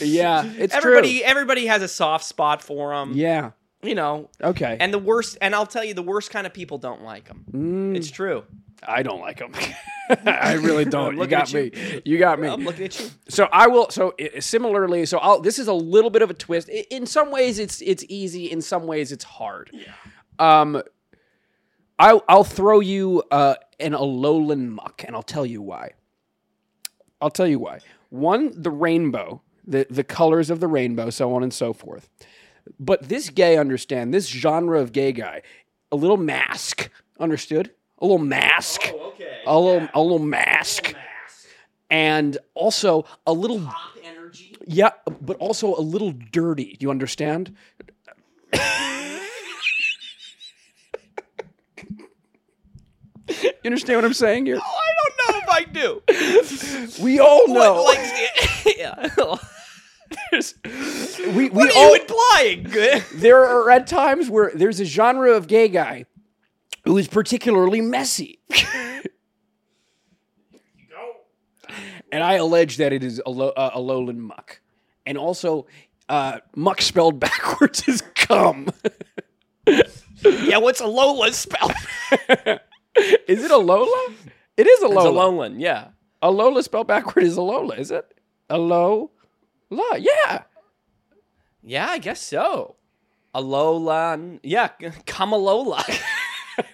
Yeah, it's everybody. true. Everybody has a soft spot for them. Yeah. You know. Okay. And the worst. And I'll tell you, the worst kind of people don't like them. It's true. Mm. I don't like them. I really don't. you looking got at you. me. You got me. I'm looking at you. so I will. So i- similarly, so I'll. This is a little bit of a twist. I- In some ways, it's it's easy. In some ways, it's hard. Yeah. Um, I I'll throw you uh an Alolan muck, and I'll tell you why. I'll tell you why. One, the rainbow, the the colors of the rainbow, so on and so forth. But this gay understand this genre of gay guy, a little mask, understood? A little mask. Okay. A little, Oh, a little mask and also a little energy. yeah but also a little dirty you understand you understand what i'm saying here I don't know if I do. we all know What, like, yeah. there's- we, we what are all you implying? Good. there are at times where there's a genre of gay guy who is particularly messy and i allege that it is a, lo- uh, a lowland muck and also uh, muck spelled backwards is cum Yeah, what's a Lola spell? Is it Alola? It is Alola. Lolan, yeah. Alola spelled backward is Alola, is it? Alola, yeah. Yeah, I guess so. A Lolan. Yeah, Kamalola.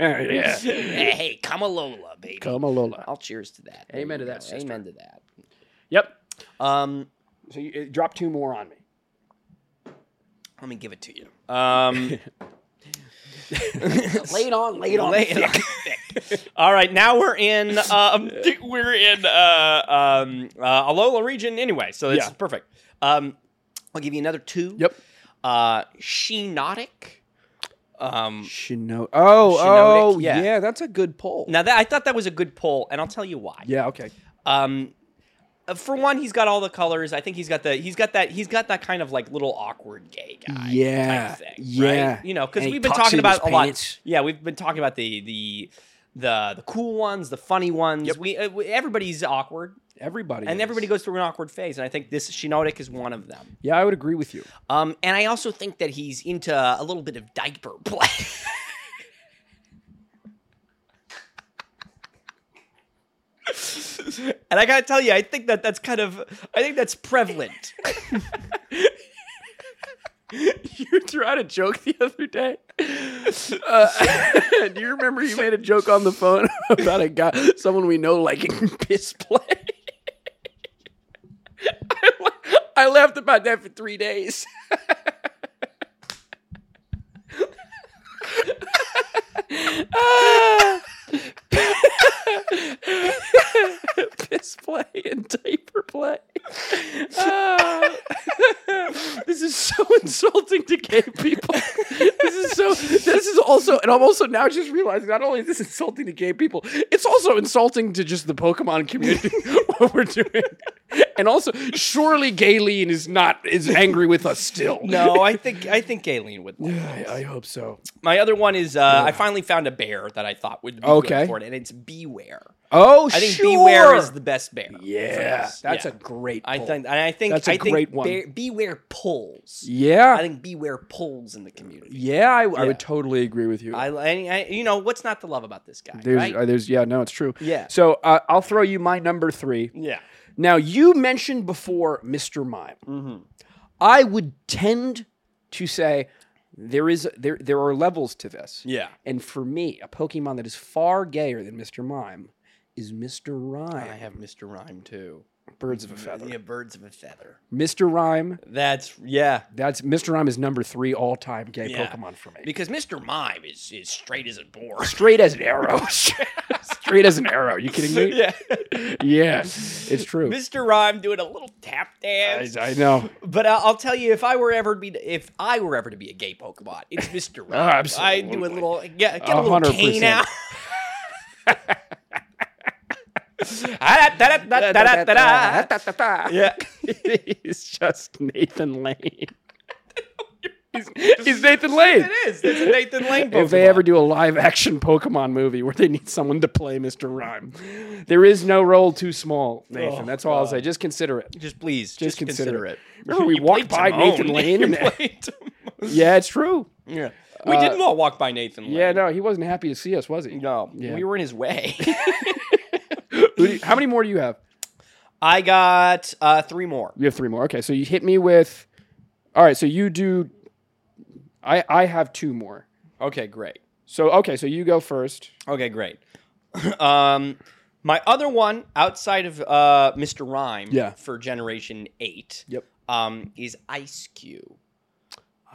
yeah. hey, Kamalola, baby. Come Alola. I'll cheers to that. Amen There to you that, go. sister. Amen to that. Yep. Um, So you uh, drop two more on me. let me give it to you. Um, Lay it on, lay it on. Lay it on thick. All right, now we're in um, we're in uh, um, uh, Alola region anyway, so it's Yeah. perfect. Um, I'll give you another two. Yep. Uh, Shenotic. Um, Shino- oh, Shinotic, oh, yeah. yeah. that's a good poll. now that I thought that was a good poll, and I'll tell you why. Yeah, okay. Um, uh, for one, he's got all the colors. I think he's got the he's got that he's got that kind of like little awkward gay guy. Yeah, type thing, right? yeah. You know, because And he we've been tucks talking in his about a lot. pants. Yeah, we've been talking about the the the the cool ones, the funny ones. We, uh, we everybody's awkward, Everybody. and is. everybody goes through an awkward phase. And I think this Shinotic is one of them. Yeah, I would agree with you. Um, and I also think that he's into a little bit of diaper play. and I gotta tell you, I think that that's kind of, I think that's prevalent. you were trying to joke the other day. Uh, do you remember you made a joke on the phone about a guy, someone we know liking piss play? I, la- I laughed about that for three days. Ah. piss play and diaper play. Ah. this is so insulting to gay people. This is so. This is also, and I'm also now just realizing not only is this insulting to gay people, it's also insulting to just the Pokemon community. what we're doing, and also surely Galen is not is angry with us still. No, I think I think Aileen would. Like. I, I hope so. My other one is uh, I finally found a bear that I thought would be Okay. good for it, and it's Beware. Oh, I think sure. Beware is the best bear. for yeah. this. That's Yeah. a great. I poll. think, and I think That's a I think great one. Bear, beware pulls. Yeah. I think beware pulls in the community. yeah, I, I Yeah. would totally agree with you. I, I, I- you know, what's not to love about this guy, there's, right? uh, there's, yeah, no, it's true. Yeah. So uh, I'll throw you my number three. yeah. Now, you mentioned before Mr. Mime. I would tend to say there is there there are levels to this. Yeah. And for me, a Pokemon that is far gayer than Mr. Mime is Mr. I Rhyme. have Mr. Rhyme too. Birds of a feather. Yeah, birds of a feather. Mr. Rhyme, That's yeah, that's Mr. Rhyme is number three all time gay Yeah. Pokemon for me. because Mr. Mime is is straight as a board. Straight as an arrow. Straight as an arrow. You kidding me? yeah, Yeah, it's true. Mr. Rhyme doing a little tap I, dance. I know. But I- I'll tell you, if I were ever to be, if I were ever to be a Ah, gay Pokemon, it's Mister Rhyme. I do a absolutely. little, get, get a A little hundred cane percent. out. yeah. it's just Nathan Lane. he's, he's Nathan Lane. It is. It's a Nathan Lane Pokemon. If they ever do a live action Pokemon movie where they need someone to play Mr. Rhyme, there is no role too small, Nathan. Oh, That's all I'll say. Just consider it. just please, just, consider consider it. it. Remember we You walked by played Timon. Nathan Lane You and- played Timon. Yeah, it's true. yeah. We didn't all walk by Nathan Lane. Yeah, no, he wasn't happy to see us, was he? No, Yeah. we were in his way. Who do you- How many more do you have? I got uh, three more. You have three more. Okay, so you hit me with. All right, so you do. I I have two more. Okay, great. So okay, so you go first. Okay, great. um, my other one outside of uh, Mr. Rhyme Yeah. for Generation 8 Yep. um, is Ice Cube.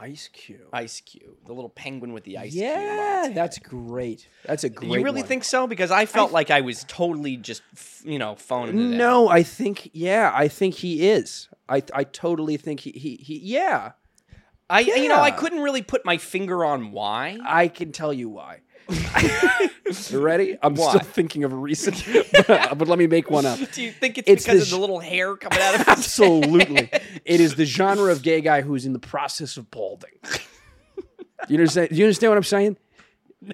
Ice Cube. Ice Cube, the little penguin with the ice cube. on Yeah, its that's great. That's a great. Do you really one. think so? Because I felt like I was totally just, f- you know, phoning it. in. No, I think yeah, I think he is. I I totally think he he, he yeah. I, you know, I Yeah. couldn't really put my finger on why. I can tell you why. You ready? I'm Why? still thinking of a recent, but, but let me make one up. Do you think it's, It's because the of sh- the little hair coming out of his Absolutely, it is the genre of gay guy who's in the process of balding. You understand? You understand what I'm saying?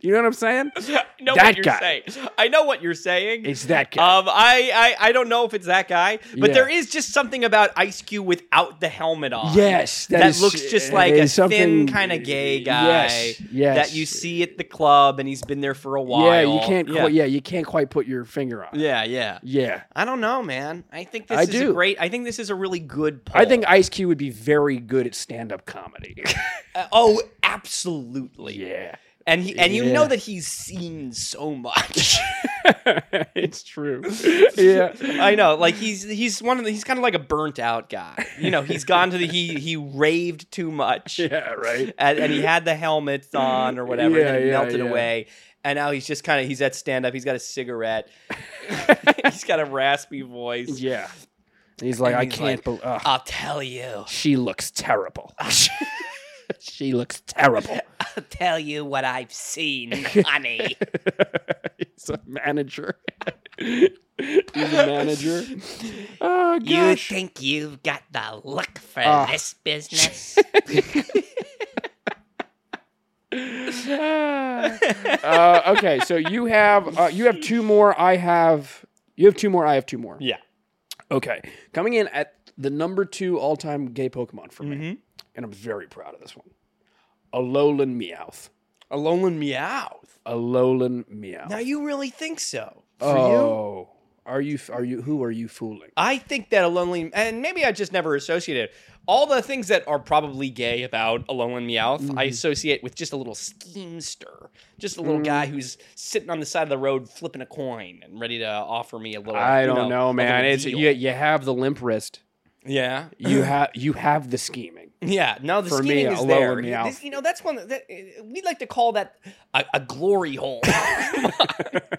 you know what I'm saying? I know That what you're guy. saying. I know what you're saying. It's that guy. um, I, I I don't know if it's that guy, but Yeah. there is just something about Ice Cube without the helmet on. yes, that, is- looks just uh, like a is something- thin kind of gay guy Yes, yes. that you see at the club, and he's been there for a while. Yeah, you can't. Yeah, Quite, yeah, you can't quite put your finger on. it. yeah, yeah. yeah. I don't know, man. I think this I is do. a great. I think this is a really good. Poll. I think Ice Cube would be very good at stand-up comedy. Uh, oh, absolutely. yeah, And he and you Yeah. know that he's seen so much. it's true. Yeah, I know, like he's he's one of the, he's kind of like a burnt out guy. You know, he's gone to the he he raved too much, yeah, right. and, and he had the helmets on or whatever, Yeah, and then he yeah, melted yeah. away, and now he's just kind of he's at stand up. He's got a cigarette, he's got a raspy voice. Yeah, he's like, And I he's can't. bel ugh, I'll tell you, she looks terrible. she looks terrible. I'll tell you what I've seen, honey. he's a manager. he's a manager. Oh You gosh. think you've got the look for Ah. this business? Ah. uh, okay, so you have uh, you have two more. I have you have two more. I have two more. yeah. Okay, coming in at the number two all time gay Pokemon for me, Mm-hmm. and I'm very proud of this one. Alolan Meowth. A Alolan Meowth. Alolan Meowth. Now you really think so? oh, are you are you who are you fooling? I think that Alolan, and maybe I just never associated it. all the things that are probably gay about Alolan Meowth. Mm-hmm. I associate with just a little schemester, just a little Mm. guy who's sitting on the side of the road flipping a coin and ready to offer me a little. I you don't a know, little man. It's deal. you, you have the limp wrist. yeah, You have you have the scheming. yeah. No, the For me, scheming is Alolan there. Meowth. This- you know, that's one that, that uh, we like to call that a, a glory hole. Come on.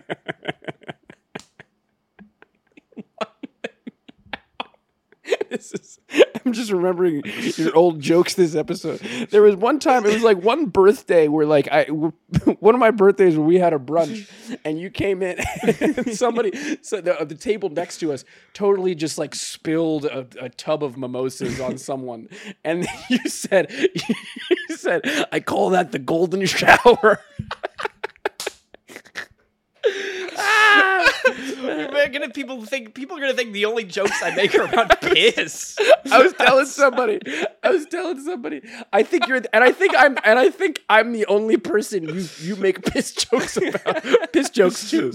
This is, I'm just remembering your old jokes this episode. There was one time, it was like one birthday where, like, I one of my birthdays where we had a brunch, and you came in, and somebody, so the, the table next to us, totally just like spilled a, a tub of mimosas on someone, and you said, you said, I call that the golden shower. We're gonna people think people are gonna think the only jokes I make are about piss. I was telling somebody. I was telling somebody. I think you're, and I think I'm, and I think I'm the only person you you make piss jokes about. piss jokes too.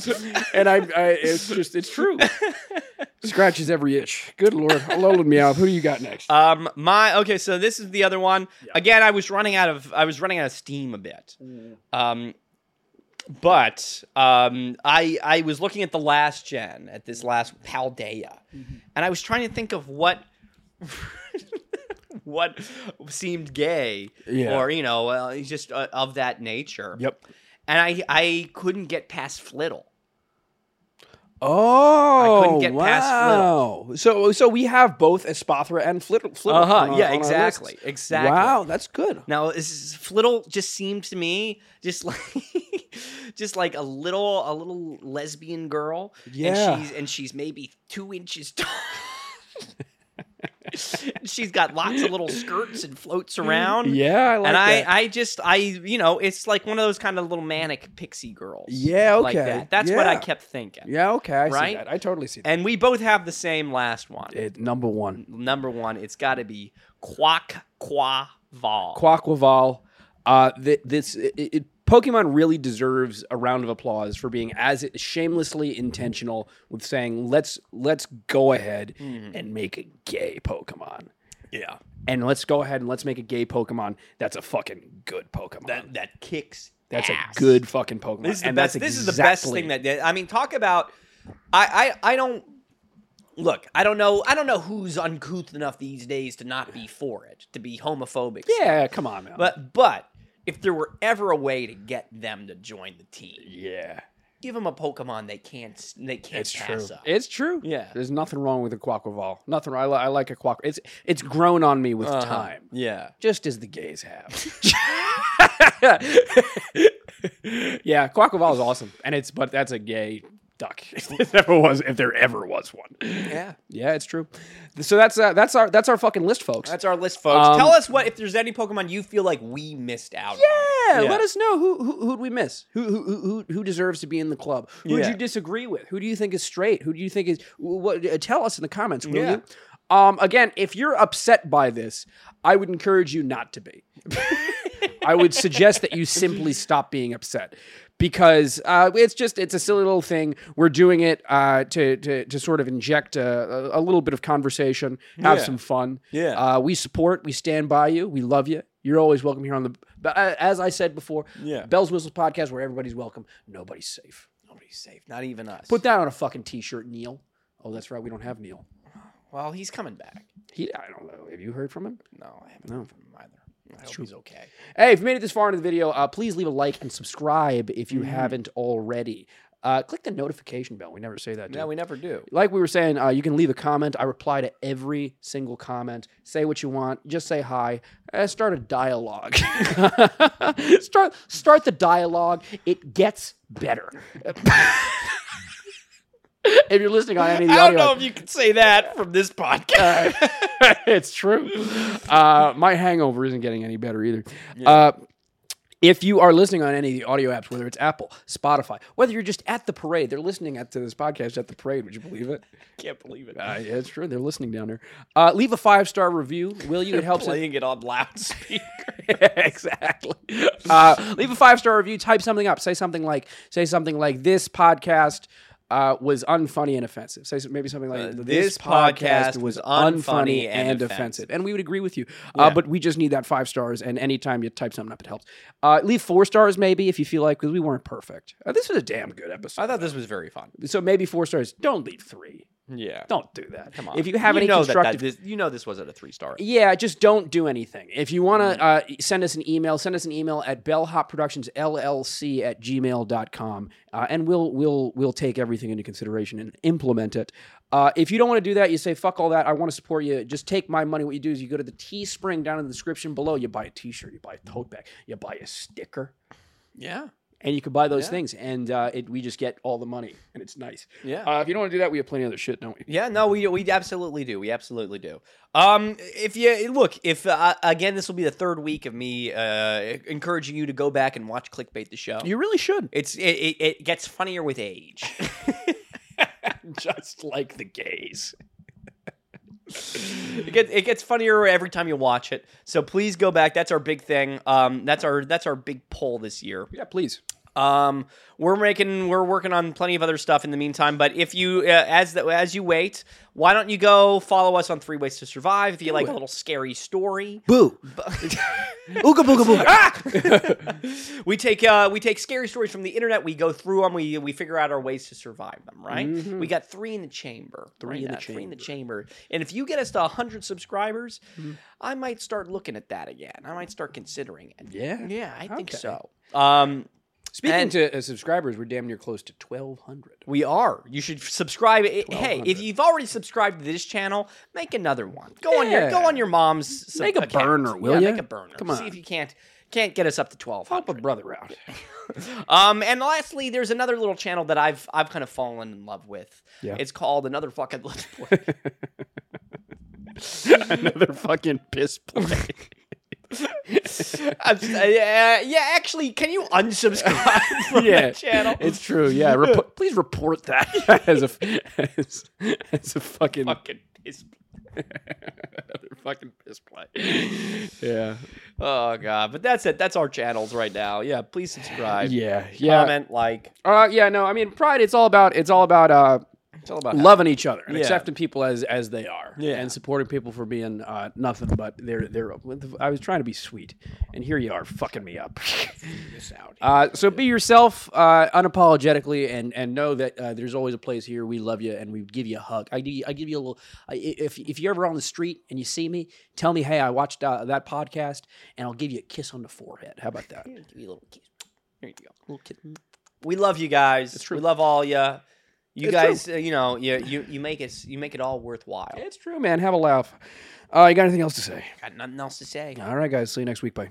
And I, I it's just, it's true. Scratches every itch. Good lord, Alolan Meow. Who do you got next? Um, my okay, so this is the other one. Again, I was running out of I was running out of steam a bit. Mm. Um, but um, I I was looking at the last gen at this last Paldea, Mm-hmm. and I was trying to think of what. what seemed gay Yeah. or you know uh, just uh, of that nature yep. and i i couldn't get past flittle Oh, get past Flittle. wow. So so we have both Espathra and Flittle. Flittle Uh-huh, on our- yeah, on our exactly, lists. exactly. Wow, that's good. Now, is, Flittle just seemed to me just like just like a little a little lesbian girl. Yeah. And she's and she's maybe two inches tall. she's got lots of little skirts and floats around. Yeah, I like and I, that. I just, I, you know, it's like one of those kind of little manic pixie girls. yeah, okay. Like that. That's what I Yeah. kept thinking. Yeah, okay. I see Right? that. I totally see that. And we both have the same last one. It, number one, Number one, it's got to be Quack Qua Vol. Quaquaval. Uh, th- this it, it, Pokemon really deserves a round of applause for being as shamelessly intentional with saying let's let's go ahead Hmm. and make a gay Pokemon. yeah. And let's go ahead and let's make a gay Pokemon that's a fucking good Pokemon. That, that kicks. that's ass. a good fucking Pokemon. This is the and best. That's This is the best exactly- thing that did. I mean, talk about. I, I, I don't. Look, I don't know. I don't know who's uncouth enough these days to not be for it, to be homophobic. Yeah, come on, man. But but if there were ever a way to get them to join the team, yeah, give them a Pokemon they can't s- they can't pass up. It's true. Yeah. there's nothing wrong with a Quaquaval. Nothing. I, li- I like a Quack. It's it's grown on me with Uh-huh. time. Yeah. just as the gays have. yeah, Quackoval is awesome, and it's but that's a gay duck if there ever was if there ever was one. Yeah. Yeah, it's true. So that's uh, that's our that's our fucking list, folks. That's our list, folks. Um, Tell us what if there's any Pokemon you feel like we missed out. yeah, Yeah. let us know who who who'd we miss, who who who- who who deserves to be in the club. Who Yeah. do you disagree with? Who do you think is straight? Who do you think is what? uh, Tell us in the comments, will Yeah. you? Um, again, if you're upset by this, I would encourage you not to be. I would suggest that you simply stop being upset because uh, it's just it's a silly little thing. We're doing it uh, to, to to sort of inject a, a- a little bit of conversation, have Yeah. some fun. Yeah. uh, we support, we stand by you, we love you. You're always welcome here on the. But uh, as I said before, Yeah. Bell's Whistles podcast where everybody's welcome, nobody's safe. Nobody's safe, not even us. Put that on a fucking t-shirt, Neil. Oh, that's right, we don't have Neil. well, he's coming back. He, I don't know. Have you heard from him? No, I haven't No. heard from him either. I hope he's okay. Hey, if you made it this far into the video, uh, please leave a like and subscribe if Mm-hmm. you haven't already. Uh, click the notification bell. We never say that. do No, we? we never do. Like we were saying, uh, you can leave a comment. I reply to every single comment. Say what you want. Just say hi. Uh, start a dialogue. start start the dialogue. It gets better. if you're listening on any of the I don't audio, know if you can say that from this podcast. Uh, it's true. Uh, my hangover isn't getting any better either. Uh, if you are listening on any of the audio apps, whether it's Apple, Spotify, whether you're just at the parade, they're listening at, to this podcast at the parade. Would you believe it? I can't believe it. Uh, yeah, it's true. They're listening down there. Uh, leave a five star review, will you? It helps. it- Playing it on loudspeaker. exactly. Uh, leave a five star review. Type something up. Say something like, say something like, this podcast uh, was unfunny and offensive. Say some- maybe something like, Uh, this, this podcast podcast was was unfunny unfunny and, and offensive. And we would agree with you. Uh, but we just need that five stars. And anytime you type something up, it helps. Uh, leave four stars maybe if you feel like because we weren't perfect. Uh, this was a damn good episode. I thought this was very fun. so maybe four stars. Don't leave three. Yeah. Don't do that. Come on. If you have any know that that- constructive this- you know this wasn't a three star. yeah, just don't do anything. If you want to uh, send us an email, send us an email at bellhopproductionsllc at gmail.com, uh, and we'll we'll we'll take everything into consideration and implement it. Uh, if you don't want to do that, you say, fuck all that, I want to support you, just take my money. What you do is you go to the Teespring down in the description below, you buy a t-shirt, you buy a tote bag, you buy a sticker, Yeah. and you can buy those Yeah. things, and uh, it, we just get all the money, and it's nice. Yeah. Uh, if you don't want to do that, we have plenty of other shit, don't we? Yeah, no, we we absolutely do. We absolutely do. Um, if you look, if uh, again, this will be the third week of me uh, encouraging you to go back and watch Clickbait the show. You really should. it's it, it, it gets funnier with age. just like the gays. it, gets, it gets funnier every time you watch it. So please go back. That's our big thing. Um, that's our that's our big poll this year. Yeah, please. Um, we're making we're working on plenty of other stuff in the meantime. But if you uh, as the, as you wait, why don't you go follow us on Three Ways to Survive if you like a little scary story. Boo. Ooga booga booga. we take uh, we take scary stories from the internet. We go through them. We we figure out our ways to survive them. Right? We got three in the chamber. Three Mm-hmm. in the Three in the chamber. And if you get us to hundred subscribers, Mm-hmm. I might start looking at that again. I might start considering it. Yeah. Yeah, I think Okay. so. Um, Speaking And- to uh, subscribers, we're damn near close to 1,200. we are. You should subscribe. I- Hey, if you've already subscribed to this channel, make another one. Go on your go Yeah. on your mom's. sub- Make a account. burner, will yeah, ya? Make a burner. Come See if on. you can't Can't get us up to twelve. Help a brother out. Um, and lastly, there's another little channel that I've I've kind of fallen in love with. Yeah. It's called another fucking let's play. Another fucking piss play. I'm just- uh, yeah, yeah, actually, can you unsubscribe from Yeah. that channel? It's true. Yeah. Repo- please report that as a as, as a fucking fucking piss. another fucking piss play. Yeah. Oh god, but that's it. That's our channels right now. Yeah, please subscribe. Yeah. Yeah. Comment, like. Uh, yeah. No. I mean, pride. It's all about. It's all about. Uh, It's all about loving each other and Yeah. accepting people as as they are Yeah. and supporting people for being uh, nothing but they're they're i was trying to be sweet and here you are fucking me up uh, so be yourself uh, unapologetically and and know that uh, there's always a place here we love you and we give you a hug i, gi- I give you a little I, if, if you're ever on the street and you see me tell me hey i watched uh, that podcast and i'll give you a kiss on the forehead how about that Give you a little kiss. Here you go. Little kiss. We love you guys. It's true. We love all ya. You It's guys, uh, you know, you, you you make us you make it all worthwhile. it's true man have a laugh uh, you got anything else to say Got nothing else to say. all right guys see you next week bye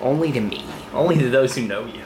Only to me. Only to those who know you.